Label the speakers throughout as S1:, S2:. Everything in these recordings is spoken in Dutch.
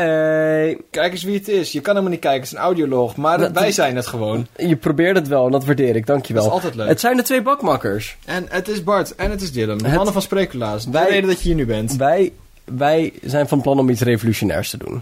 S1: Hey.
S2: Kijk eens wie het is. Je kan helemaal niet kijken, het is een audioloog. Maar
S1: Dat-
S2: wij zijn het gewoon.
S1: Je probeert het wel en dat waardeer ik, dankjewel.
S2: Dat is altijd leuk.
S1: Het zijn de twee bakmakkers.
S2: En het is Bart en het is Dylan. De
S1: Het-
S2: mannen van Sprekelaars. De
S1: Wij-
S2: reden dat je hier nu bent.
S1: Wij, wij zijn van plan om iets revolutionairs te doen.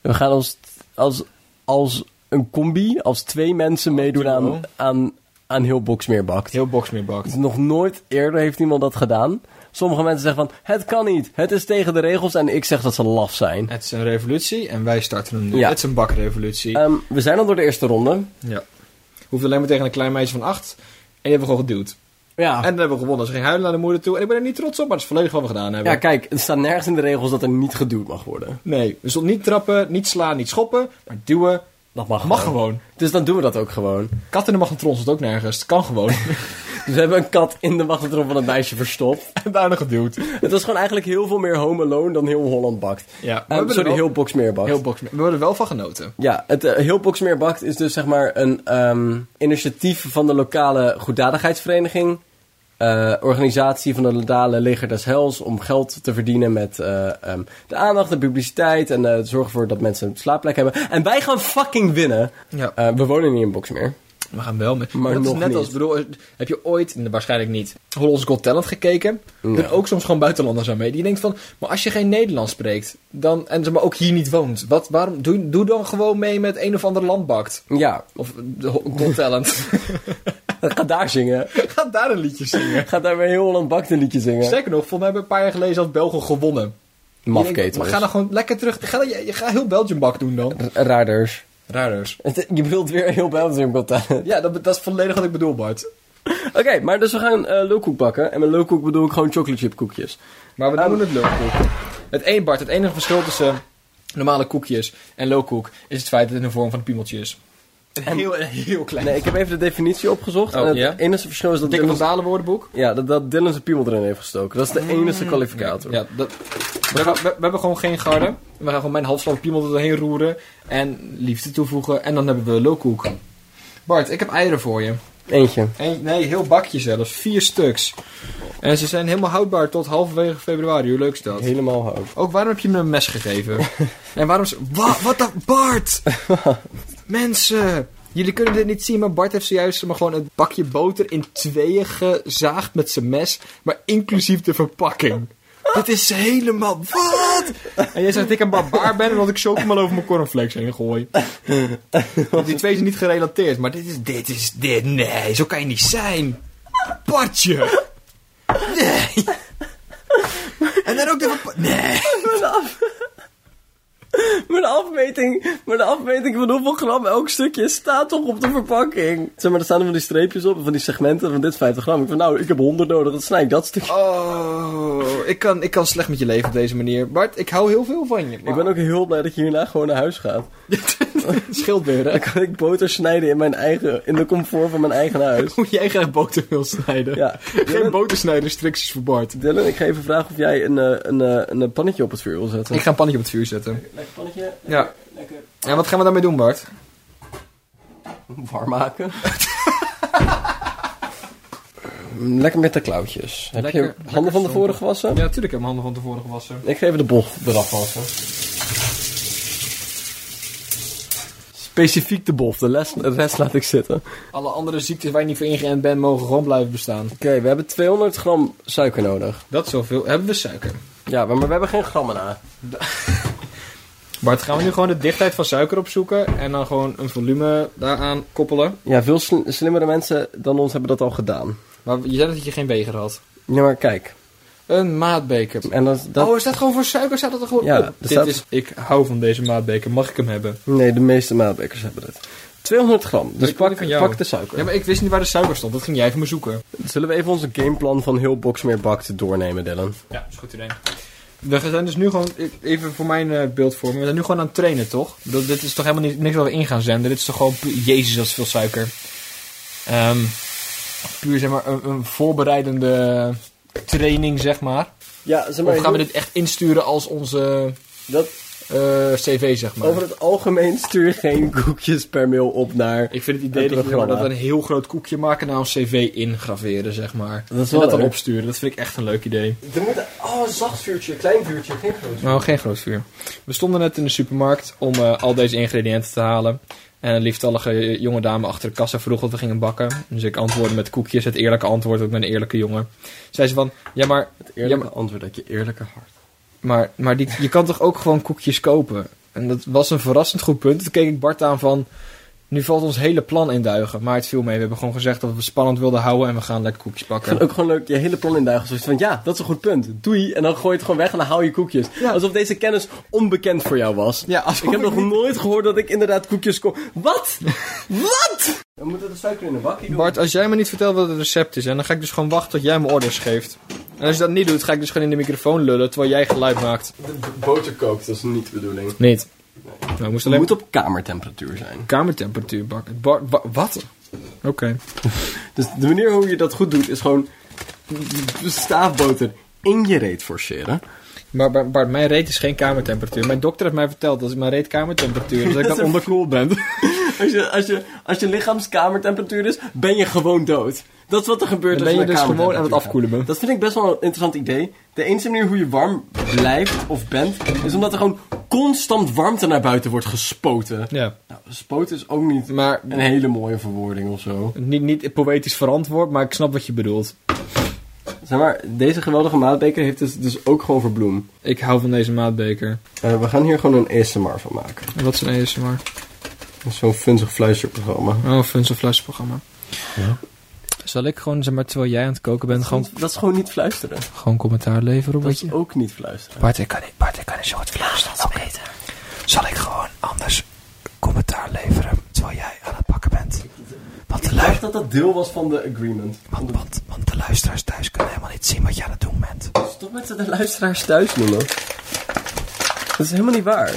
S1: We gaan als, als, als een combi, als twee mensen meedoen
S2: duo.
S1: aan, aan, aan heel Boksmeerbakt.
S2: Oh, Heel box meer bakt.
S1: Nog nooit eerder heeft iemand dat gedaan. Sommige mensen zeggen van, het kan niet, het is tegen de regels. En ik zeg dat ze laf zijn.
S2: Het is een revolutie en wij starten hem nu.
S1: Ja.
S2: Het is een bakrevolutie.
S1: Ehm, we zijn al door de eerste ronde.
S2: ja. Hoeft alleen maar tegen een klein meisje van acht. En die hebben we gewoon geduwd.
S1: Ja.
S2: En dan hebben we gewonnen. Ze ging huilen naar de moeder toe. En ik ben er niet trots op, maar dat is volledig wat we gedaan hebben.
S1: ja, kijk, het staat nergens in de regels dat er niet geduwd mag worden.
S2: nee, we stonden niet trappen, niet slaan, niet schoppen. Maar duwen
S1: Dat mag,
S2: mag gewoon.
S1: Dus dan doen we dat ook gewoon.
S2: Kat in de magnetron zit ook nergens. Het kan gewoon.
S1: Dus we hebben een kat in de magnetron van het meisje verstopt.
S2: en daarna geduwd.
S1: Het was gewoon eigenlijk heel veel meer Home Alone dan heel Holland bakt.
S2: Ja, maar we
S1: Ehm,
S2: hebben
S1: sorry,
S2: er wel-
S1: heel Box meer bakt.
S2: Heel box meer. We hebben er wel van genoten.
S1: Ja, het eh, heel Box meer bakt is dus zeg maar een ehm, initiatief van de lokale goeddadigheidsvereniging. eh, organisatie van de lokale leger des hels om geld te verdienen met eh, ehm, de aandacht, de publiciteit en eh, het zorgen voor dat mensen een slaapplek hebben. En wij gaan fucking winnen.
S2: Ja.
S1: Eh, we wonen niet in Box meer.
S2: We gaan wel met.
S1: Maar
S2: dat
S1: nog
S2: is net
S1: niet.
S2: als, bedoel, heb je ooit, nee, waarschijnlijk niet, Hollands Got Talent gekeken? Er Doen ook soms gewoon buitenlanders aan mee. Die denkt van, maar als je geen Nederlands spreekt, dan, en zeg maar ook hier niet woont, wat, waarom, doe, doe dan gewoon mee met een of ander landbakt.
S1: Ja,
S2: Of de Ho- Got Talent.
S1: ga daar zingen.
S2: Ga daar een liedje zingen.
S1: Ga daar weer heel Holland bakt een liedje zingen.
S2: Sterker nog, volgens mij hebben we een paar jaar geleden zelfs Belgen gewonnen. Je denkt,
S1: Mafketels.
S2: Maar ga dan gewoon lekker terug, ga, dan- je, je gaat heel Belgium bak doen dan.
S1: R- Raarders.
S2: Raarders.
S1: Het- Je bedoelt weer heel Belgium got talent.
S2: Ja, dat, dat is volledig wat ik bedoel, Bart.
S1: Oké, maar dus we gaan eh lulkoek bakken. En met lulkoek bedoel ik gewoon chocolate chip koekjes.
S2: Maar we
S1: Ehm,
S2: noemen het loopkoek. Het een, Bart, het enige verschil tussen normale koekjes en loopkoek is het feit dat het in de vorm van een piemeltje is. Een heel, een heel klein.
S1: Nee, ik heb even de definitie opgezocht.
S2: Oh,
S1: en het
S2: ja?
S1: enige verschil is dat
S2: Dikke
S1: Dylan,
S2: van Dalen woordenboek.
S1: ja, dat, dat Dylan zijn piemel erin heeft gestoken. Dat is de enige kwalificator.
S2: Ja, dat, we, hebben, we, we hebben gewoon geen garde. We gaan gewoon mijn halfslag piemel er doorheen roeren en liefde toevoegen. En dan hebben we loopkoek. Bart, ik heb eieren voor je.
S1: Eentje.
S2: Eén- nee, heel bakje zelfs. Vier stuks. En ze zijn helemaal houdbaar tot halverwege februari. Hoe leuk is dat?
S1: Helemaal hoog.
S2: Ook waarom heb je me een mes gegeven? en waarom... Wat, wat dat... Bart! Mensen! Jullie kunnen dit niet zien, maar Bart heeft zojuist maar gewoon het bakje boter in tweeën gezaagd met zijn mes. Maar inclusief de verpakking. dit is helemaal... Wat? en jij zegt dat ik een barbaar ben en dat ik chocomel over mijn cornflakes heen gooi. Want die twee zijn niet gerelateerd, maar dit is... Dit is... Dit... Nee, zo kan je niet zijn. Bartje! Nee! en dan ook de verpa- Nee!
S1: Mijn, af... mijn, afmeting, mijn afmeting van hoeveel gram elk stukje staat toch op de verpakking. Zeg maar, er staan er van die streepjes op, van die segmenten van dit is 50 gram. Ik van, nou, ik heb 100 nodig, dat snij ik dat stukje.
S2: Oh, ik kan, ik kan slecht met je leven op deze manier. Bart, ik hou heel veel van je.
S1: Ik ben ook heel blij dat je hierna gewoon naar huis gaat. Dan
S2: schildbeuren.
S1: kan ik boter snijden in mijn eigen, in de comfort van mijn eigen huis.
S2: Hoe jij graag boter wil snijden.
S1: Ja.
S2: Geen botersnijrestricties voor Bart.
S1: Dylan, ik ga even vragen of jij een, eh, een, eh, een, eh, pannetje op het vuur wil zetten.
S2: Ik ga een pannetje op het vuur zetten.
S1: Lekker pannetje.
S2: Ja. En wat gaan we daarmee doen, Bart?
S1: Warm maken. Lekker met de klauwtjes. Heb
S2: Lekker-
S1: je
S2: lekker
S1: handen van tevoren
S2: stompen.
S1: gewassen?
S2: Ja, natuurlijk heb mijn handen van tevoren gewassen.
S1: Ik ga even de bocht eraf wassen. Specifiek de bof, de, les, de rest laat ik zitten. Oké,
S2: Alle andere ziektes waar je niet voor ingeënt bent, mogen gewoon blijven bestaan.
S1: we hebben 200 gram suiker nodig.
S2: Dat is zoveel. Hebben we suiker?
S1: Ja, maar maar we hebben geen grammen na.
S2: Bart, gaan we nu gewoon de dichtheid van suiker opzoeken en dan gewoon een volume daaraan koppelen?
S1: Ja, veel sli- slimmere mensen dan ons hebben dat al gedaan.
S2: Maar je zei dat je geen beker had.
S1: Ja, maar kijk.
S2: Een maatbeker.
S1: En dat, dat...
S2: Oh, is dat gewoon voor suiker? Staat dat er gewoon
S1: Ja,
S2: op?
S1: dat
S2: Dit
S1: staat-
S2: is, ik hou van deze maatbeker. Mag ik hem hebben?
S1: Nee, de meeste maatbekers hebben dit. 200 gram, dus
S2: Ik wil die
S1: pak,
S2: van jou.
S1: pak de suiker.
S2: Ja, maar ik wist niet waar de suiker stond. Dat ging jij even me zoeken.
S1: Zullen we even onze gameplan van heel box meer bakt doornemen, Dylan?
S2: Ja, is goed idee. We zijn dus nu gewoon, even voor mijn eh, beeldvorming, we zijn nu gewoon aan het trainen, toch? Ik bedoel, dit is toch helemaal niet, niks waar we in gaan zenden. Dit is toch gewoon, pu- jezus, dat is veel suiker. Ehm, puur, zeg maar, een, een voorbereidende training, zeg maar.
S1: Ja, zeg
S2: Of gaan we dit echt insturen als onze...
S1: dat,
S2: eh, cv, zeg maar.
S1: Over het algemeen stuur geen koekjes per mail op naar...
S2: Ik vind het idee
S1: Het
S2: dat, je,
S1: programma.
S2: dat we een heel groot koekje maken en nou een cv ingraveren, zeg maar.
S1: Dat is
S2: en
S1: wel
S2: dat dan
S1: leuk.
S2: opsturen, dat vind ik echt een leuk idee.
S1: Er moet... Oh, een zacht vuurtje, klein vuurtje, geen groot vuurtje.
S2: Nou, geen groot vuur. We stonden net in de supermarkt om eh, al deze ingrediënten te halen. En een lieftallige jonge dame achter de kassa vroeg wat we gingen bakken. Dus ik antwoordde met koekjes, het eerlijke antwoord, want ik ben een eerlijke jongen. Zei ze van, ja maar,
S1: Het eerlijke
S2: Ja, maar-
S1: antwoord uit je eerlijke hart.
S2: maar, maar die, je kan toch ook gewoon koekjes kopen? En dat was een verrassend goed punt. Toen keek ik Bart aan van, nu valt ons hele plan in duigen. Maar het viel mee, we hebben gewoon gezegd dat we het spannend wilden houden en we gaan lekker koekjes
S1: Ik vind
S2: bakken.
S1: het ook gewoon leuk, je hele plan induigen. Zoiets van, ja, dat is een goed punt. Doei. En dan gooi je het gewoon weg en dan haal je koekjes.
S2: Ja.
S1: Alsof deze kennis onbekend voor jou was.
S2: Ja, als
S1: Ik heb nog nooit gehoord dat ik inderdaad koekjes koop. Wat? Wat? We moeten de suiker in een bakje doen.
S2: Bart, als jij me niet vertelt wat het recept is, hè, dan ga ik dus gewoon wachten tot jij me orders geeft. En als je dat niet doet, ga ik dus gewoon in de microfoon lullen terwijl jij geluid maakt.
S1: De boter kookt, dat is niet de bedoeling.
S2: Niet. Nou, we moesten
S1: Het
S2: alleen
S1: moet op kamertemperatuur zijn.
S2: kamertemperatuur bakken. Bart, wa- wat? Oké.
S1: Dus de manier hoe je dat goed doet is gewoon staafboter in je reet forceren.
S2: Maar Bart, Bart, mijn reet is geen kamertemperatuur. Mijn dokter heeft mij verteld dat mijn reet kamertemperatuur is, dat ik
S1: Dat is
S2: dan
S1: een-
S2: onderkoeld ben.
S1: Als je, als, je, als je lichaamskamertemperatuur is, ben je gewoon dood. Dat is wat er gebeurt
S2: Dan
S1: als je
S2: ben je
S1: naar
S2: dus gewoon aan het
S1: kamertemperatuur
S2: afkoelen
S1: gaat.
S2: bent.
S1: Dat vind ik best wel een interessant idee. De enige manier hoe je warm blijft of bent, is omdat er gewoon constant warmte naar buiten wordt gespoten.
S2: Ja.
S1: Nou, spoten is ook niet
S2: Maar
S1: een hele mooie verwoording of zo.
S2: niet, niet poëtisch verantwoord, maar ik snap wat je bedoelt.
S1: Zeg maar, deze geweldige maatbeker heeft dus, dus ook gewoon voor bloem.
S2: Ik hou van deze maatbeker.
S1: Eh, we gaan hier gewoon een ASMR van maken.
S2: Wat is een ASMR?
S1: Dat is Zo'n funzig fluisterprogramma.
S2: Oh, Funs of Fluisterprogramma. Zal ik gewoon, zeg maar, terwijl jij aan het koken bent, gewoon,
S1: Dat is gewoon niet fluisteren.
S2: gewoon commentaar leveren op
S1: Dat
S2: wat
S1: is
S2: je...
S1: ook niet fluisteren.
S3: Bart, ik kan niet, Bart, ik kan niet zo goed fluisteren. Dat beter. Zal ik gewoon anders commentaar leveren terwijl jij aan het pakken bent? Want de,
S1: Ik
S3: lui,
S1: dacht dat dat deel was van de agreement.
S3: want, want, want de luisteraars thuis kunnen helemaal niet zien wat je aan het doen bent.
S1: Stop met ze de luisteraars thuis noemen. Dat is helemaal niet waar.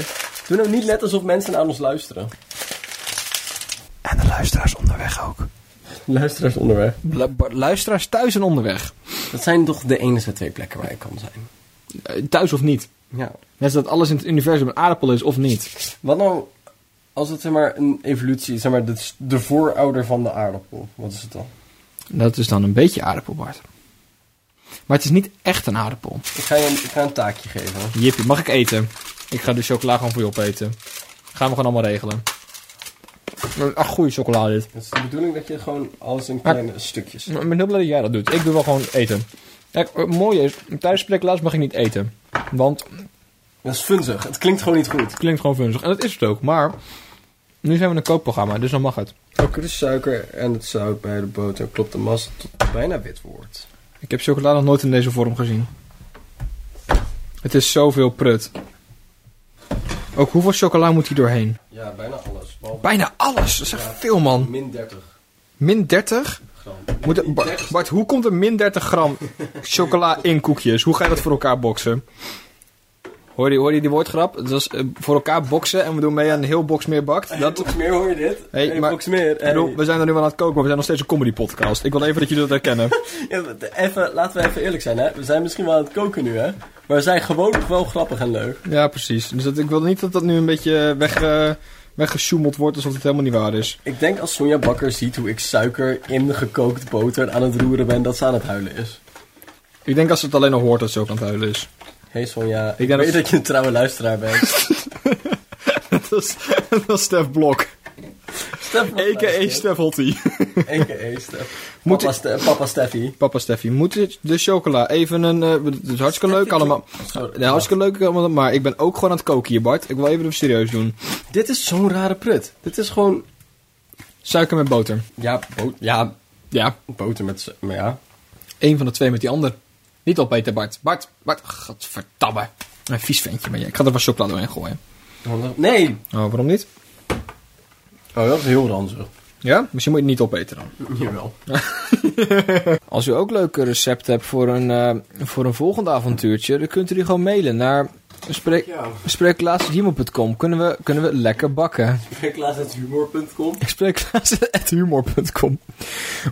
S1: Doe nou niet net alsof mensen aan ons luisteren.
S3: En de luisteraars onderweg ook.
S1: Luisteraars onderweg.
S2: Lu- Bart, Luisteraars thuis en onderweg.
S1: Dat zijn toch de enige twee plekken waar je kan zijn.
S2: Eh, Thuis of niet.
S1: Ja.
S2: Net als dat alles in het universum een aardappel is of niet.
S1: Wat nou als het zeg maar een evolutie is, zeg maar de, de voorouder van de aardappel. Wat is het dan?
S2: Dat is dan een beetje aardappel, Bart. Maar het is niet echt een aardappel.
S1: Ik ga je een, ik ga een taakje geven.
S2: Jippie, mag ik eten? Ik ga de chocola gewoon voor je opeten. Gaan we gewoon allemaal regelen. Ach, goede chocola dit.
S1: Het is de bedoeling dat je gewoon alles in
S2: Maar-
S1: kleine stukjes.
S2: Ik ben heel blij dat jij dat doet. Ik doe wel gewoon eten. Kijk, het mooie is, tijdens plek laatst mag ik niet eten. Want het
S1: Dat is funzig. Het klinkt gewoon niet goed.
S2: klinkt gewoon vunzig. En dat is het ook. Maar nu zijn we in een kookprogramma, dus dan mag het.
S1: Ook de suiker en het zout bij de boter klopt de massa tot het bijna wit wordt.
S2: Ik heb chocola nog nooit in deze vorm gezien. Het is zoveel prut. Ook hoeveel chocola moet hier doorheen?
S1: Ja, bijna alles. Behalve
S2: Bijna alles. Dat is echt veel, man.
S1: min 30
S2: Min 30?
S1: gram.
S2: Moet er- Bart, Bart, hoe komt er min 30 gram chocola in koekjes? Hoe ga je dat voor elkaar boksen? Hoor je, hoor je die woordgrap? Dat is eh, voor elkaar boksen en we doen mee aan een heel box meer bakt.
S1: Dat...
S2: Dat,
S1: box meer hoor je dit?
S2: Hey,
S1: Hey,
S2: maar-
S1: box meer.
S2: Ik bedoel, we zijn er nu wel aan het koken, maar we zijn nog steeds een comedy podcast. Ik wil even dat jullie dat herkennen.
S1: Ja, maar de- even, laten we even eerlijk zijn, hè? We zijn misschien wel aan het koken nu, hè? Maar we zijn gewoon nog wel grappig en leuk.
S2: Ja, precies. Dus dat, ik wil niet dat dat nu een beetje weg, eh, weggesjoemeld wordt alsof het helemaal niet waar is.
S1: Ik denk als Sonja Bakker ziet hoe ik suiker in gekookt boter aan het roeren ben, dat ze aan het huilen is.
S2: Ik denk als ze het alleen nog hoort dat ze ook aan het huilen is.
S1: hey Sonja, ik,
S2: denk
S1: weet
S2: dat-
S1: dat je een trouwe luisteraar bent.
S2: dat is, dat is Stef Blok.
S1: Stef,
S2: A.k.a. Stef Hottie.
S1: A.k.a. Stef.
S2: Moet
S1: Papa,
S2: ik-
S1: Ste- Papa Steffi.
S2: Papa Steffi, moet dit- de chocola even een... eh, het is hartstikke leuk allemaal.
S1: Sorry.
S2: Ja, hartstikke leuk allemaal, maar ik ben ook gewoon aan het koken hier, Bart. Ik wil even even serieus doen.
S1: Dit is zo'n rare prut. Dit is gewoon...
S2: Suiker met boter.
S1: Ja, bo- ja
S2: Ja,
S1: boter met... su- Maar ja,
S2: één van de twee met die ander. Niet opeten, Bart. Bart, Bart, godverdamme. Een vies ventje ben je. Ik ga er wat chocola doorheen gooien.
S1: Nee!
S2: Oh, waarom niet?
S1: Oh, dat is heel ranzig.
S2: Ja? Misschien moet je het niet opeten dan.
S1: Jawel.
S2: Als u ook leuke recepten hebt voor een, eh, voor een volgend avontuurtje, dan kunt u die gewoon mailen naar spreek,
S1: Ja.
S2: spreeklaas@gmail.com. Kunnen we, kunnen we lekker bakken.
S1: Spreeklaas.humor.com
S2: Spreeklaas.humor.com.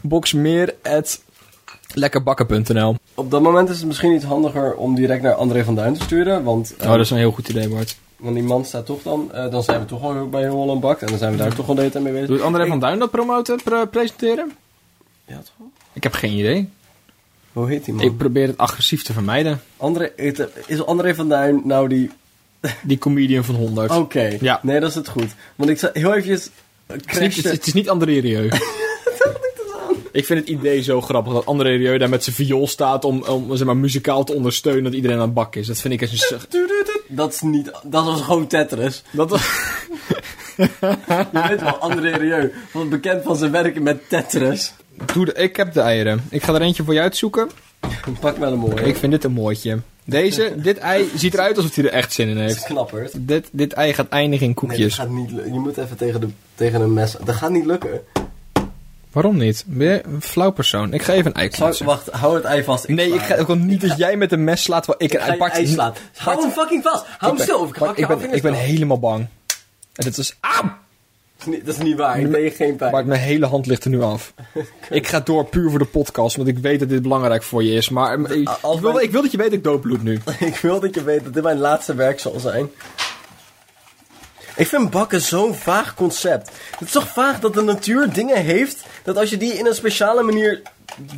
S2: Boxmeer@lekkerbakken.nl.
S1: op dat moment is het misschien iets handiger om direct naar André van Duin te sturen. Want, eh,
S2: Oh, dat is een heel goed idee, Bart.
S1: want die man staat toch dan... eh, dan zijn we toch al bij Holland Bakt. En dan zijn we daar toch al de hele tijd mee bezig.
S2: Doet André van Duin dat promoten, pre- presenteren?
S1: Ja, toch?
S2: Ik heb geen idee.
S1: Hoe heet die man?
S2: Ik probeer het agressief te vermijden.
S1: André, het- is André van Duin nou die...
S2: Die comedian van 100.
S1: Oké.
S2: Ja.
S1: Nee, dat is het goed. Want ik zat heel eventjes... eh,
S2: het, is niet, het,
S1: crashte-
S2: is- het is niet André Rieu. Ik vind het idee zo grappig dat André Rieu daar met zijn viool staat om, om zeg maar, muzikaal te ondersteunen dat iedereen aan het bak is. Dat vind ik als een... s-
S1: Dat is niet... Dat was gewoon Tetris.
S2: Dat was...
S1: Je weet wel, André Rieu was bekend van zijn werken met Tetris.
S2: Doe de- ik heb de eieren. Ik ga er eentje voor je uitzoeken.
S1: Pak maar een mooie.
S2: Ik vind dit een mooitje. Deze, dit ei ziet eruit alsof hij er echt zin in
S1: Het is
S2: heeft.
S1: knapperd.
S2: Dit, dit ei gaat eindigen in
S1: Nee, dat
S2: koekjes.
S1: gaat niet lukken. Je moet even tegen, de, tegen een mes... Dat gaat niet lukken.
S2: Waarom niet? Ben je een flauw persoon? Ik ga even een ei
S1: Zou-
S2: knutsen.
S1: wacht, hou het ei vast.
S2: Nee,
S1: sla
S2: ik ga
S1: het.
S2: ook niet als jij met een mes slaat terwijl ik een
S1: Ik ga
S2: ei
S1: je
S2: pak.
S1: ei slaan. Hou hem fucking vast. Hou hem
S2: ben-
S1: stil. Of ik
S2: Bart,
S1: hak je
S2: ik ben,
S1: vingers
S2: ik ben
S1: eraf.
S2: helemaal bang. En dit is... Auw!
S1: Dat is niet- Dat is niet waar. Ik deed je geen pijn.
S2: Bart, mijn hele hand ligt er nu af. Ik ga door puur voor de podcast, want ik weet dat dit belangrijk voor je is. Maar eh, ik,
S1: als
S2: ik wil,
S1: wij-
S2: ik wil dat je weet dat ik doodbloed nu.
S1: Ik wil dat je weet dat dit mijn laatste werk zal zijn. Ik vind bakken zo'n vaag concept. Het is toch vaag dat de natuur dingen heeft... dat als je die in een speciale manier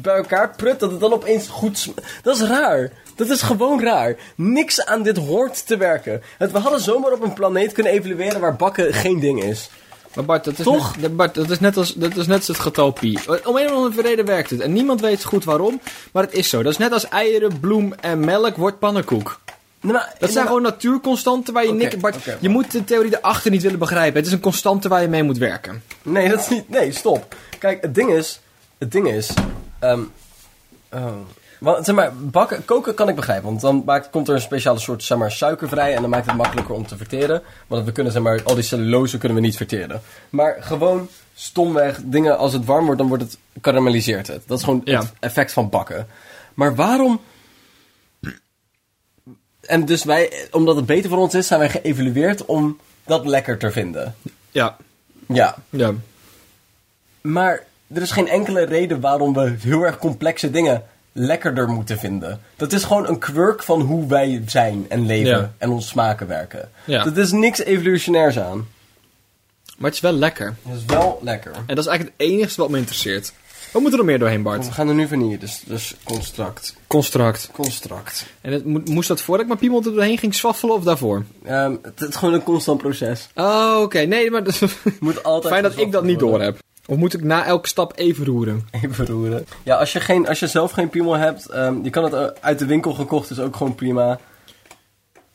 S1: bij elkaar prut... dat het dan opeens goed... sm- Dat is raar. Dat is gewoon raar. Niks aan dit hoort te werken. Het, we hadden zomaar op een planeet kunnen evalueren... waar bakken geen ding is.
S2: Maar Bart, dat is,
S1: Toch?
S2: Net, Bart, dat is net als dat is net als het getal pi. Om een of andere reden werkt het. En niemand weet goed waarom, maar het is zo. Dat is net als eieren, bloem en melk wordt pannenkoek.
S1: Nou, maar-
S2: Dat zijn gewoon natuurconstanten waar je
S1: Oké,
S2: niks... Bart,
S1: oké,
S2: je moet de theorie erachter niet willen begrijpen. Het is een constante waar je mee moet werken.
S1: Nee, dat is niet. Nee, stop. Kijk, het ding is. Het ding is. ehm, oh. Want, zeg maar, bakken, koken kan ik begrijpen. Want dan maakt, komt er een speciale soort zeg maar, suiker vrij. En dan maakt het makkelijker om te verteren. Want we kunnen, zeg maar, al die cellulose kunnen we niet verteren. Maar gewoon stomweg dingen. Als het warm wordt, dan wordt het, karamelliseert het. Dat is gewoon
S2: Ja.
S1: het effect van bakken. Maar waarom en dus wij, omdat het beter voor ons is, zijn wij geëvalueerd om dat lekker te vinden.
S2: Ja,
S1: Ja.
S2: ja.
S1: Maar er is geen enkele reden waarom we heel erg complexe dingen lekkerder moeten vinden. Dat is gewoon een quirk van hoe wij zijn en leven
S2: Ja.
S1: en ons smaken werken.
S2: Ja.
S1: Dat is niks evolutionairs aan.
S2: Maar het is wel lekker.
S1: Dat is wel lekker.
S2: En dat is eigenlijk het enige wat me interesseert. Wat moet er nog meer doorheen, Bart?
S1: We gaan er nu van hier, dus, dus construct.
S2: Construct.
S1: Construct.
S2: En het, mo- moest dat voordat ik mijn piemel er doorheen ging swaffelen of daarvoor?
S1: Ehm, het, het is gewoon een constant proces.
S2: Oh, oké. Nee, maar... dat-
S1: Je moet altijd
S2: Fijn dat ik dat niet door heb. Of moet ik na elke stap even roeren?
S1: Even roeren. Ja, als je, geen, als je zelf geen piemel hebt, ehm, je kan het eh, uit de winkel gekocht, is ook gewoon prima.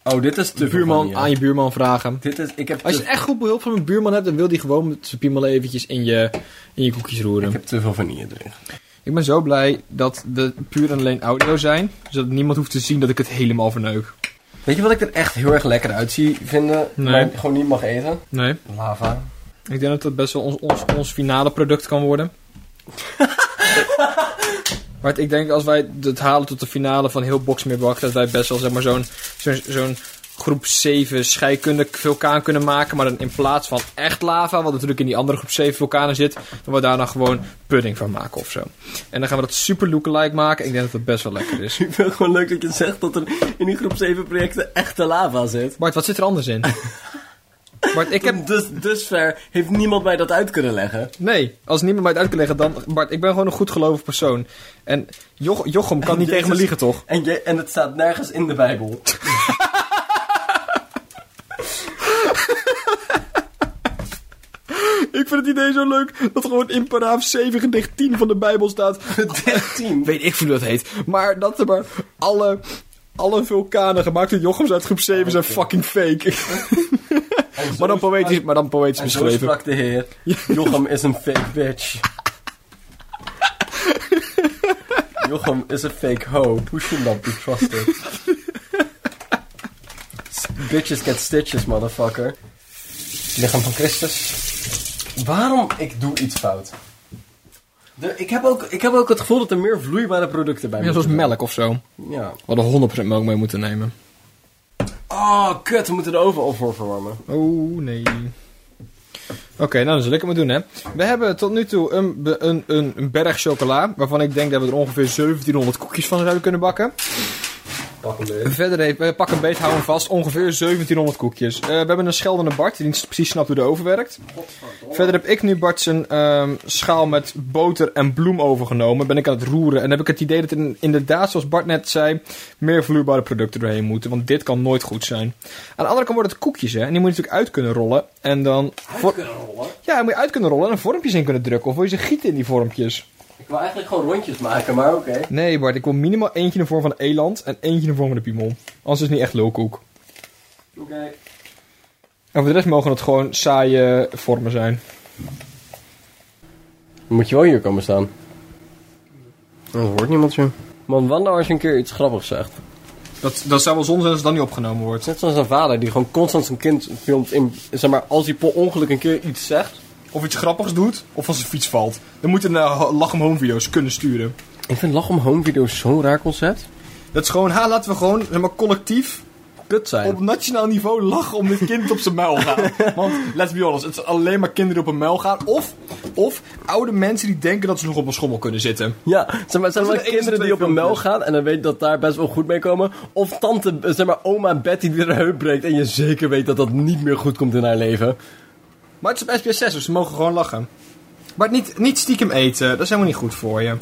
S1: Oh, dit is te
S2: De buurman, aan je buurman vragen.
S1: Dit is, ik heb
S2: Als
S1: te-
S2: je echt goed behulp van een buurman hebt, dan wil die gewoon met zijn piemel eventjes in je, in je koekjes roeren.
S1: Ik
S2: Ik,
S1: heb te veel vanille erin.
S2: ben zo blij dat de puur en alleen audio zijn, zodat niemand hoeft te zien dat ik het helemaal verneuk.
S1: Weet je wat ik er echt heel erg lekker uit zie vinden,
S2: Nee.
S1: maar ik gewoon niet mag eten?
S2: Nee.
S1: Lava.
S2: Ik denk dat dat best wel ons, ons, ons finale product kan worden. maar ik denk als wij het halen tot de finale van heel Boxmeerbak, dat wij best wel zeg maar, zo'n zo'n zo'n groep 7 scheikunde vulkaan kunnen maken. Maar dan in plaats van echt lava, wat natuurlijk in die andere groep 7 vulkanen zit, dan we daar dan gewoon pudding van maken of zo. En dan gaan we dat super lookalike maken. Ik denk dat dat best wel lekker is.
S1: Ik vind het gewoon leuk dat je zegt dat er in die groep 7 projecten echte lava zit.
S2: Bart, wat zit er anders in? Bart, ik heb
S1: Dus, dus ver heeft niemand mij dat uit kunnen leggen.
S2: Nee, als niemand mij het uit kan leggen, dan... Bart, ik ben gewoon een goed gelovig persoon. En Joch- Jochem kan niet
S1: Jezus-
S2: tegen me liegen, toch?
S1: En, je, en het staat nergens in de Bijbel.
S2: Ik vind het idee zo leuk dat gewoon in paragraaf 7 gedicht 10 van de Bijbel staat...
S1: 13.
S2: Weet ik veel hoe dat heet. Maar dat er maar alle, alle vulkanen gemaakt door Jochems uit groep 7 zijn fucking fake. maar, dan poëtisch, maar dan poëtisch
S1: En zo
S2: beschreven.
S1: sprak de heer. Jochem is een fake bitch. Jochem is een fake hoe. Who should not be trusted? S- Bitches get stitches, motherfucker. Lichaam van Christus. Waarom ik doe iets fout? De- ik, heb ook, ik heb ook het gevoel dat er meer vloeibare producten bij
S2: Ja, zoals
S1: moeten
S2: melk of zo. We
S1: zijn. Ja.
S2: hadden 100% melk mee moeten nemen.
S1: Oh, kut. We moeten de oven al voor verwarmen.
S2: Oh, nee. Oké, nou dan zal ik het maar doen, hè. We hebben tot nu toe een, be- een, een, een berg chocola, waarvan ik denk dat we er ongeveer 1700 koekjes van zouden kunnen bakken.
S1: Pak hem weer.
S2: Verder heeft, eh, pak een beet, hou hem vast, ongeveer 1700 koekjes. Eh, we hebben een scheldende Bart, die niet precies snapt hoe de oven werkt. Verder heb ik nu Bart zijn ehm, schaal met boter en bloem overgenomen. Ben ik aan het roeren en heb ik het idee dat er inderdaad, zoals Bart net zei, meer vloeibare producten doorheen moeten. Want dit kan nooit goed zijn. Aan de andere kant worden het koekjes, hè. En die moet je natuurlijk uit kunnen rollen. En dan... voor- ja, dan moet je uit kunnen rollen en er vormpjes in kunnen drukken. Of wil je ze gieten in die vormpjes?
S1: Ik wil eigenlijk gewoon rondjes maken, maar oké.
S2: Nee Bart, ik wil minimaal eentje in de vorm van een eland en eentje in de vorm van een piemel. Anders is het niet echt lulkoek.
S1: Oké.
S2: En voor de rest mogen het gewoon saaie vormen zijn.
S1: Moet je wel hier komen staan. Dat hoort niemand zo. Man, wanda als je een keer iets grappigs zegt.
S2: Dat, dat zou wel zonde zijn als het dan niet opgenomen wordt.
S1: Net zoals zijn vader die gewoon constant zijn kind filmt in... Zeg maar, als hij per ongeluk een keer iets zegt.
S2: Of iets grappigs doet, of als zijn fiets valt. Dan moeten we naar Lach om Home video's kunnen sturen.
S1: Ik vind lach om home video's zo'n raar concept.
S2: Dat is gewoon, ha, laten we gewoon zeg maar, collectief
S1: Kut zijn.
S2: op nationaal niveau lachen om dit kind op zijn muil gaan. Want, let's be honest, het is alleen maar kinderen die op een muil gaan. Of, of oude mensen die denken dat ze nog op een schommel kunnen zitten.
S1: Ja, zeg maar, zijn
S2: Dat
S1: maar
S2: is de enige
S1: kinderen die op
S2: twee
S1: een mel
S2: filmpjes.
S1: gaan en dan weet dat daar best wel goed mee komen. Of tante, eh, zeg maar, oma Betty die haar heup breekt en je zeker weet dat dat niet meer goed komt in haar leven.
S2: Maar het is op SBS 6, dus ze mogen gewoon lachen. Maar niet, niet stiekem eten, dat is helemaal niet goed voor je.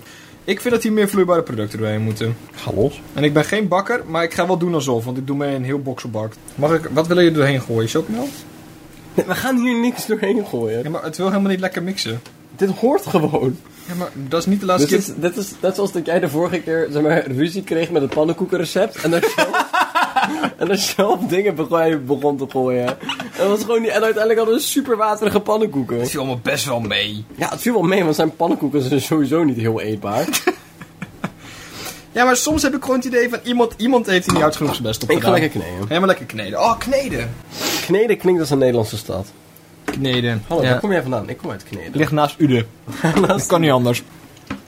S2: Ik vind dat hier meer vloeibare producten doorheen moeten.
S1: Ga los.
S2: En ik ben geen bakker, maar ik ga wel doen alsof, want ik doe mee een heel bokselbak. Mag ik, wat willen jullie doorheen gooien? Chocomel?
S1: we gaan hier niks doorheen
S2: Ja,
S1: gooien.
S2: maar het wil helemaal niet lekker mixen.
S1: Dit hoort gewoon.
S2: Ja, maar dat is niet de laatste
S1: Dit
S2: keer.
S1: is, dit is net zoals dat jij de vorige keer, zeg maar, ruzie kreeg met het pannenkoekenrecept en daar zelf, en daar zelf dingen begon, begon te gooien. En, dat was gewoon niet, en uiteindelijk hadden we super waterige pannenkoeken.
S2: Het viel allemaal best wel mee.
S1: Ja, het viel wel mee, want zijn pannenkoeken zijn sowieso niet heel eetbaar.
S2: Ja, maar soms heb ik gewoon het idee van iemand, iemand heeft hier niet hard genoeg zijn best op
S1: Ik ga
S2: gedaan.
S1: lekker kneden.
S2: Helemaal lekker kneden. Oh, kneden.
S1: Kneden klinkt als een Nederlandse stad.
S2: Kneden.
S1: Hallo,
S2: Ja.
S1: waar kom jij vandaan? Ik kom uit Kneden.
S2: Ligt naast Ude. dat kan niet anders.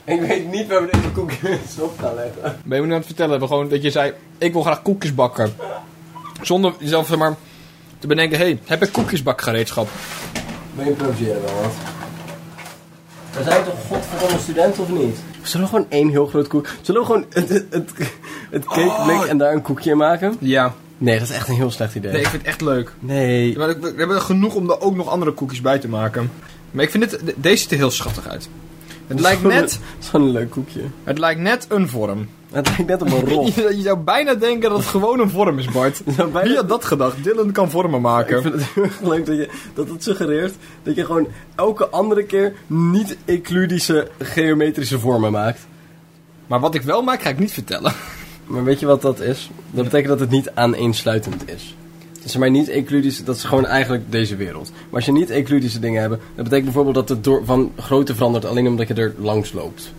S1: Ik weet niet waar we deze koekjes op gaan leggen.
S2: Ben je me nu aan het vertellen? We Gewoon dat je zei, ik wil graag koekjes bakken. Zonder jezelf zeg maar te bedenken, hé, hey, heb ik koekjesbakgereedschap?
S1: We improviseren wel wat. We zijn toch godverdomme studenten of niet? Zullen we gewoon één heel groot koek... Zullen we gewoon het, het, het, het cakeblik en daar een koekje in maken?
S2: Ja.
S1: Nee, dat is echt een heel slecht idee.
S2: Nee, ik vind het echt leuk.
S1: Nee.
S2: Ja, maar ik- we hebben er genoeg om er ook nog andere koekjes bij te maken. Maar ik vind dit, de- deze ziet er heel schattig uit. Het lijkt, net,
S1: Het is gewoon een leuk koekje.
S2: het lijkt net een vorm.
S1: Het lijkt net op een rol.
S2: Je, je zou bijna denken dat het gewoon een vorm is, Bart.
S1: zou bijna-
S2: Wie had dat gedacht? Dylan kan vormen
S1: Ik
S2: maken.
S1: vind het heel erg leuk dat, je, dat het suggereert dat je gewoon elke andere keer niet-ecludische geometrische vormen maakt.
S2: Maar wat ik wel maak, ga ik niet vertellen.
S1: Maar weet je wat dat is? Dat betekent dat het niet aaneensluitend is. Zeg maar niet ecludische, dat is gewoon eigenlijk deze wereld. Maar als je niet ecludische dingen hebt, dat betekent bijvoorbeeld dat het door, van grootte verandert alleen omdat je er langs loopt.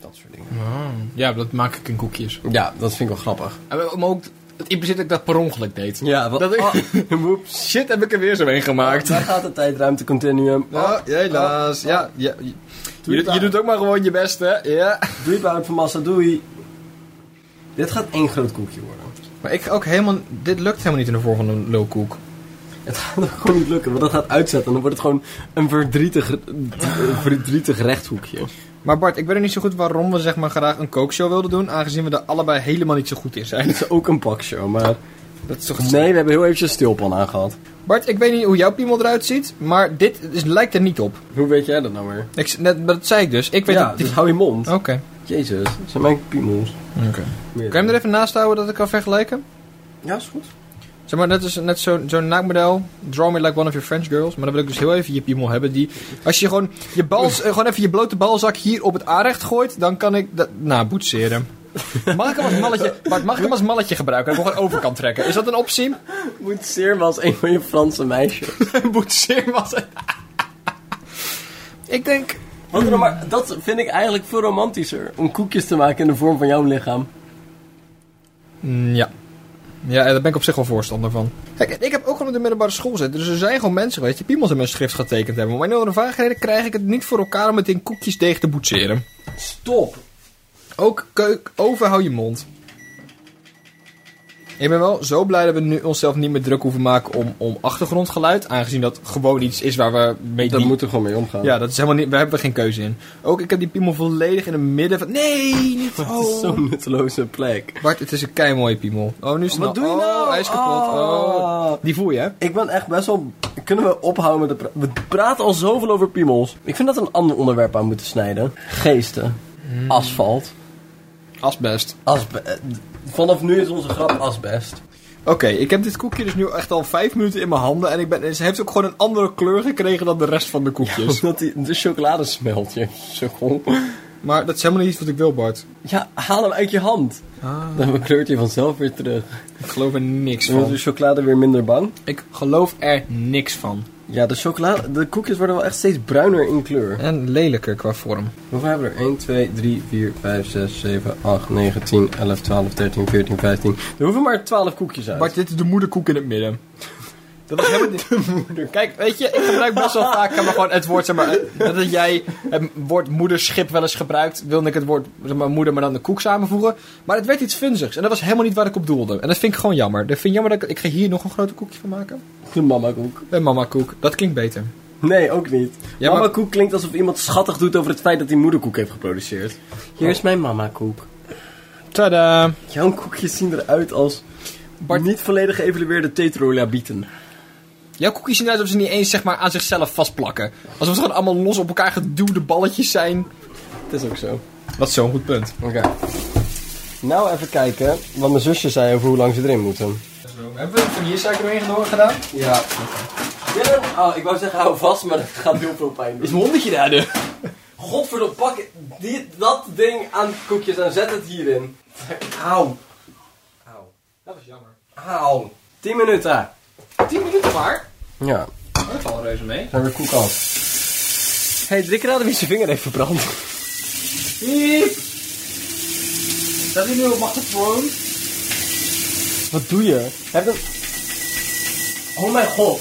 S1: Dat soort dingen.
S2: Ah, Ja, dat maak ik in koekjes.
S1: Ja, dat vind ik wel grappig.
S2: Maar ook, het impliceert dat ik dat per ongeluk deed.
S1: Ja, wat...
S2: Dat is-
S1: oh, woeps.
S2: Shit, heb ik er weer zo een gemaakt.
S1: Waar gaat het tijdruimtecontinuum? Oh,
S2: Ja, Ah. helaas. Ja, ja. Je,
S1: Doe het
S2: doet- je doet ook maar gewoon je best, hè? Ja.
S1: rebound van massa, doei. Dit gaat één groot koekje worden.
S2: Maar ik ook helemaal... Dit lukt helemaal niet in de vorm van een lulkoek.
S1: Het gaat ook gewoon niet lukken, want dat gaat uitzetten. Dan wordt het gewoon een verdrietig, een verdrietig rechthoekje.
S2: Maar Bart, ik weet ook niet zo goed waarom we zeg maar graag een kookshow wilden doen, aangezien we er allebei helemaal niet zo goed in zijn.
S1: Het is ook een pakshow, maar...
S2: Dat is toch
S1: Nee, we hebben heel eventjes stilpan aangehad.
S2: Bart, ik weet niet hoe jouw piemel eruit ziet, maar dit is, lijkt er niet op.
S1: Hoe weet jij dat nou weer?
S2: Ik, z- net, maar dat zei ik dus. Ik weet
S1: ja,
S2: het
S1: dus hou je mond.
S2: Oké. Oké.
S1: Jezus, dat zijn mijn piemels.
S2: Kan je hem er even naast houden dat ik kan vergelijken?
S1: Ja, is goed.
S2: Zeg maar, net, is- net zo- zo'n naakmodel. Draw me like one of your French girls. Maar dan wil ik dus heel even je piemel hebben. Die, als je gewoon, je bals, eh, gewoon even je blote balzak hier op het aanrecht gooit, dan kan ik dat... Nou, boetseren. Mag ik hem als malletje, Bart, mag ik hem als malletje gebruiken? Dat ik hem gewoon over kan trekken. Is dat een optie?
S1: Moet zeer was een van je Franse meisjes.
S2: boetseer was het. ik denk...
S1: Want er maar, dat vind ik eigenlijk veel romantischer. Om koekjes te maken in de vorm van jouw lichaam.
S2: Mm, ja. Ja, daar ben ik op zich wel voorstander van. Kijk, ik heb ook gewoon op de middelbare school gezeten. Dus er zijn gewoon mensen geweest die piemels in mijn schrift getekend hebben. Om een of andere vage reden krijg ik het niet voor elkaar om het in koekjesdeeg te boetseren.
S1: Stop.
S2: Ook keuk, overhoud je mond. Ik ben wel zo blij dat we nu onszelf niet meer druk hoeven maken om, om achtergrondgeluid. Aangezien dat gewoon iets is waar we mee
S1: Daar
S2: die-
S1: moeten we gewoon mee omgaan.
S2: Ja, dat is helemaal niet. Daar hebben we geen keuze in. Ook ik heb die piemel volledig in het midden van. Nee, niet.
S1: Het is
S2: Oh.
S1: zo'n nutteloze plek.
S2: Bart, het is een kei mooie piemel. Oh, nu is het
S1: Wat
S2: nog-
S1: doe je
S2: oh,
S1: nou?
S2: Hij is kapot.
S1: Oh.
S2: Oh. Die voel je, hè?
S1: Ik ben echt best wel... Kunnen we ophouden met... de pra- we praten al zoveel over piemels. Ik vind dat we een ander onderwerp aan moeten snijden. Geesten.
S2: Hmm.
S1: Asfalt.
S2: Asbest.
S1: Asbe eh, Vanaf nu is onze grap asbest.
S2: Oké, ik heb dit koekje dus nu echt al vijf minuten in mijn handen. En ik ben, ze heeft ook gewoon een andere kleur gekregen dan de rest van de koekjes.
S1: Omdat Dus die, de chocolade smelt, je sukkel.
S2: Maar dat is helemaal niet iets wat ik wil, Bart.
S1: Ja, haal hem uit je hand. Dan kleurt hij vanzelf weer terug.
S2: Ik geloof er niks
S1: Dan wordt de
S2: van.
S1: chocolade weer minder bang.
S2: Ik geloof er niks van.
S1: Ja, de chocolade... De koekjes worden wel echt steeds bruiner in kleur.
S2: En lelijker qua vorm.
S1: Hoeveel hebben we er? 1, 2, 3, 4, 5, 6, 7, 8, 9, 10, 11, 12, 13, 14, 15. Er hoeven maar 12 koekjes uit.
S2: Bart, dit is de moederkoek in het midden. Dat is helemaal niet... de moeder. Kijk, weet je, ik gebruik best wel vaak zeg maar, gewoon het woord, zeg maar, eh, dat jij het woord moederschip wel eens gebruikt, wilde ik het woord zeg maar, moeder maar dan de koek samenvoegen. Maar het werd iets vunzigs en dat was helemaal niet waar ik op doelde. En dat vind ik gewoon jammer. Ik vind ik jammer dat ik, ik ga hier nog een grote koekje van maken.
S1: De mama koek.
S2: Een mama koek, dat klinkt beter.
S1: Nee, ook niet.
S2: Ja,
S1: mama
S2: maar-
S1: koek klinkt alsof iemand schattig doet over het feit dat hij moederkoek heeft geproduceerd. Hier is mijn mama koek.
S2: Tada!
S1: Jouw koekjes zien eruit als
S2: Bart-
S1: niet volledig geëvalueerde tetrolabieten.
S2: Jouw koekjes zien eruit alsof ze niet eens zeg maar, aan zichzelf vastplakken. Alsof het gewoon allemaal los op elkaar geduwde balletjes zijn.
S1: Dat is ook zo.
S2: Dat is zo'n goed punt.
S1: Oké. Nou even kijken wat mijn zusje zei over hoe lang ze erin moeten.
S2: Hebben we vanillesuiker doorheen gedaan?
S1: Ja. Oh, ik wou zeggen hou vast, maar dat gaat heel veel pijn doen.
S2: Is mijn hondje daar nu?
S1: Godverdomme, pak dit, dat ding aan koekjes en zet het hierin. Auw. Auw.
S2: Dat was jammer.
S1: Auw. 10 minuten.
S2: 10 minuten maar.
S1: Ja,
S2: Dat valt reuze mee.
S1: zijn weer koek af. Hé, hey, drie keer raden wie zijn vinger heeft verbrand.
S2: Staat hij nu op magnetron?
S1: Wat doe je? Heb hem... Oh mijn god.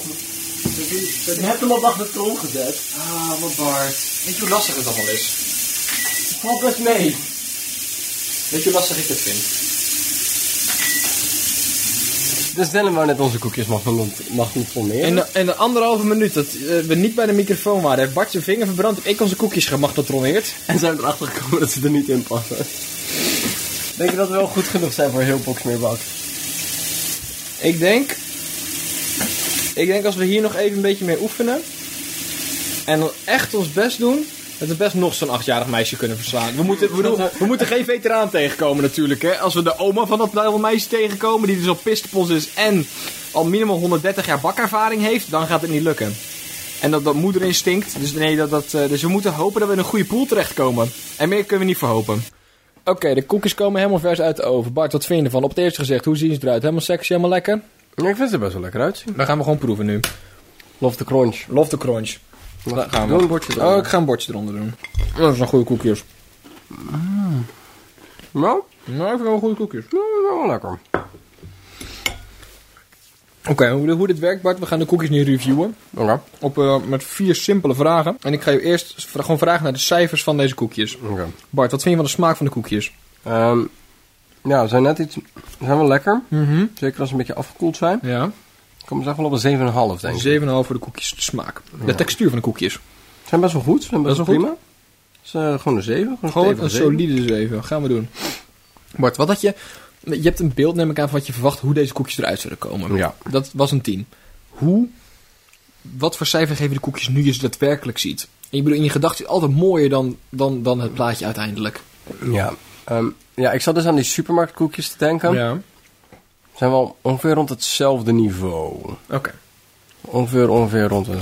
S1: Je hebt hem op magnetron gezet.
S2: Ah, mijn Bart. Weet je hoe lastig het allemaal is?
S1: Valt best mee.
S2: Weet je hoe lastig ik het vind?
S1: Dus Dylan wou net onze koekjes magnetroneren.
S2: In de, in de anderhalve minuut dat eh, we niet bij de microfoon waren, heeft Bart zijn vinger verbrand, heb ik onze koekjes gemagnetronneerd.
S1: En zijn we erachter gekomen dat ze er niet in passen. Denk je dat we wel goed genoeg zijn voor heel boksmeerbak?
S2: Ik denk... Ik denk als we hier nog even een beetje mee oefenen en dan echt ons best doen, dat we best nog zo'n achtjarig meisje kunnen verslaan. We moeten, ik bedoel, we moeten geen veteraan tegenkomen natuurlijk. Hè? Als we de oma van dat blauwe meisje tegenkomen, die dus al pistpols is en al minimaal 130 jaar bakervaring heeft, dan gaat het niet lukken. En dat, dat moederinstinct, dus, nee, dat, dat, eh, dus we moeten hopen dat we in een goede pool terechtkomen. En meer kunnen we niet voor hopen. Oké, de koekjes komen helemaal vers uit de oven. Bart, wat vind je ervan? Op het eerste gezicht, hoe zien ze eruit? Helemaal sexy, helemaal lekker?
S1: Ja, ik vind ze er best wel lekker uitzien.
S2: Dan gaan we gewoon proeven nu.
S1: Love the crunch.
S2: Lof de crunch. Daar gaan we.
S1: Doe een bordje
S2: Oh,
S1: eronder.
S2: ik ga een bordje eronder doen. Dat zijn goede koekjes.
S1: Nou,
S2: Nou, ik vind wel goede koekjes.
S1: dat is wel lekker.
S2: Oké, hoe, hoe dit werkt Bart, we gaan de koekjes nu reviewen.
S1: Oké.
S2: Op, eh, met vier simpele vragen. En ik ga je eerst vra- gewoon vragen naar de cijfers van deze koekjes.
S1: oké.
S2: Bart, wat vind je van de smaak van de koekjes?
S1: Ehm, ja, ze zijn net iets... Ze zijn wel lekker. Zeker als ze een beetje afgekoeld zijn.
S2: Ja. 7,5
S1: Ik kom ze echt wel op een 7,5 denk ik. Ze
S2: voor de koekjes, de smaak. De textuur van de koekjes.
S1: zijn best wel goed. Ze zijn best wel
S2: Best wel
S1: prima. Ze zijn gewoon een 7. Gewoon,
S2: Gewoon
S1: stevige
S2: een
S1: zeven.
S2: solide 7. Gaan we doen. Bart, wat had je... Je hebt een beeld, neem ik aan, van wat je verwacht hoe deze koekjes eruit zullen komen.
S1: Ja.
S2: Dat was een 10. Hoe... Wat voor cijfer geven de koekjes nu je ze daadwerkelijk ziet? En je bedoel, in je gedachten is het altijd mooier dan, dan, dan het plaatje uiteindelijk.
S1: Ja. Ehm, ja, ik zat dus aan die supermarktkoekjes te denken. Ze zijn wel ongeveer rond hetzelfde niveau.
S2: Oké.
S1: Ongeveer, ongeveer rond een 6,5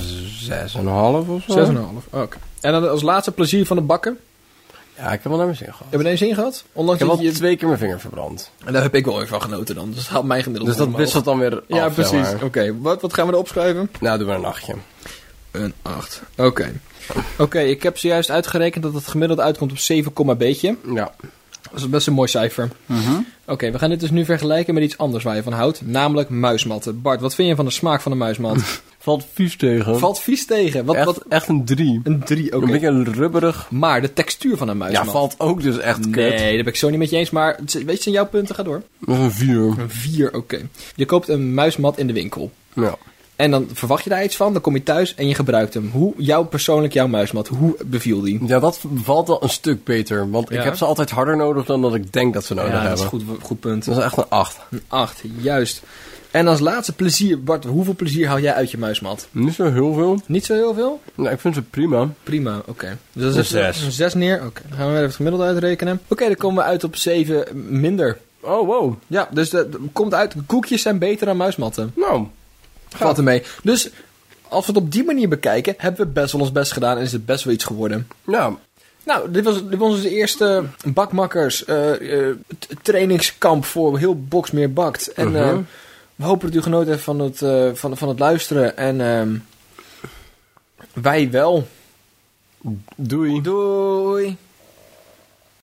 S1: of zo.
S2: 6,5. Oké. En dan als laatste plezier van de bakken.
S1: Ja, ik heb wel naar mijn zin gehad.
S2: Heb je er eens in gehad? Ondanks
S1: Ik heb
S2: dat
S1: al
S2: je...
S1: twee keer mijn vinger verbrand.
S2: En daar heb ik wel even van genoten dan. Dus dat haalt mij gemiddeld
S1: Dus dat
S2: omhoog.
S1: wisselt dan weer af.
S2: Ja,
S1: zeg
S2: precies.
S1: maar.
S2: Oké, wat, wat gaan we erop schrijven?
S1: Nou, doe maar een achtje.
S2: Een 8. Oké. Oké, ik heb zojuist uitgerekend dat het gemiddeld uitkomt op 7, komma beetje.
S1: Ja.
S2: Dat is best een mooi cijfer. Oké, we gaan dit dus nu vergelijken met iets anders waar je van houdt, namelijk muismatten. Bart, wat vind je van de smaak van de muismat?
S1: Valt vies tegen.
S2: Valt vies tegen. Wat,
S1: echt,
S2: wat,
S1: echt een 3.
S2: een 3, oké.
S1: Een beetje een rubberig.
S2: Maar de textuur van een muis,
S1: Ja,
S2: man.
S1: valt ook dus echt
S2: Nee,
S1: kut.
S2: daar ben ik zo niet met je eens. Maar het- weet je, zijn jouw punten, ga door.
S1: Nog een 4.
S2: Een 4, oké. Je koopt een muismat in de winkel.
S1: Ja.
S2: En dan verwacht je daar iets van, dan kom je thuis en je gebruikt hem. Hoe, jouw persoonlijk, jouw muismat, hoe beviel die?
S1: ja, dat bevalt wel een stuk beter. Want
S2: Ja.
S1: ik heb ze altijd harder nodig dan dat ik denk dat ze nodig
S2: ja, dat
S1: hebben.
S2: is goed, goed punt.
S1: Dat is echt een 8.
S2: Een 8, juist. En als laatste plezier, Bart, hoeveel plezier haal jij uit je muismat?
S1: Niet zo heel veel.
S2: Niet zo heel veel?
S1: Ja, ik vind ze prima.
S2: Prima, oké. Dus dat
S1: Een
S2: is even-
S1: zes.
S2: Een 6 neer, oké. Dan gaan we weer even het gemiddelde uitrekenen. Oké, dan komen we uit op 7 minder.
S1: Oh, wow.
S2: Ja, dus dat komt uit, koekjes zijn beter dan muismatten.
S1: Nou,
S2: Valt ermee. Dus als we het op die manier bekijken, hebben we best wel ons best gedaan en is het best wel iets geworden.
S1: ja.
S2: Nou, dit was, dit was onze eerste bakmakkers eh, eh, t- trainingskamp voor heel Box meer bakt. En
S1: Mhm.
S2: eh, we hopen dat u genoten heeft van het, eh, van, van het luisteren. En ehm, wij wel.
S1: Doei.
S2: Doei.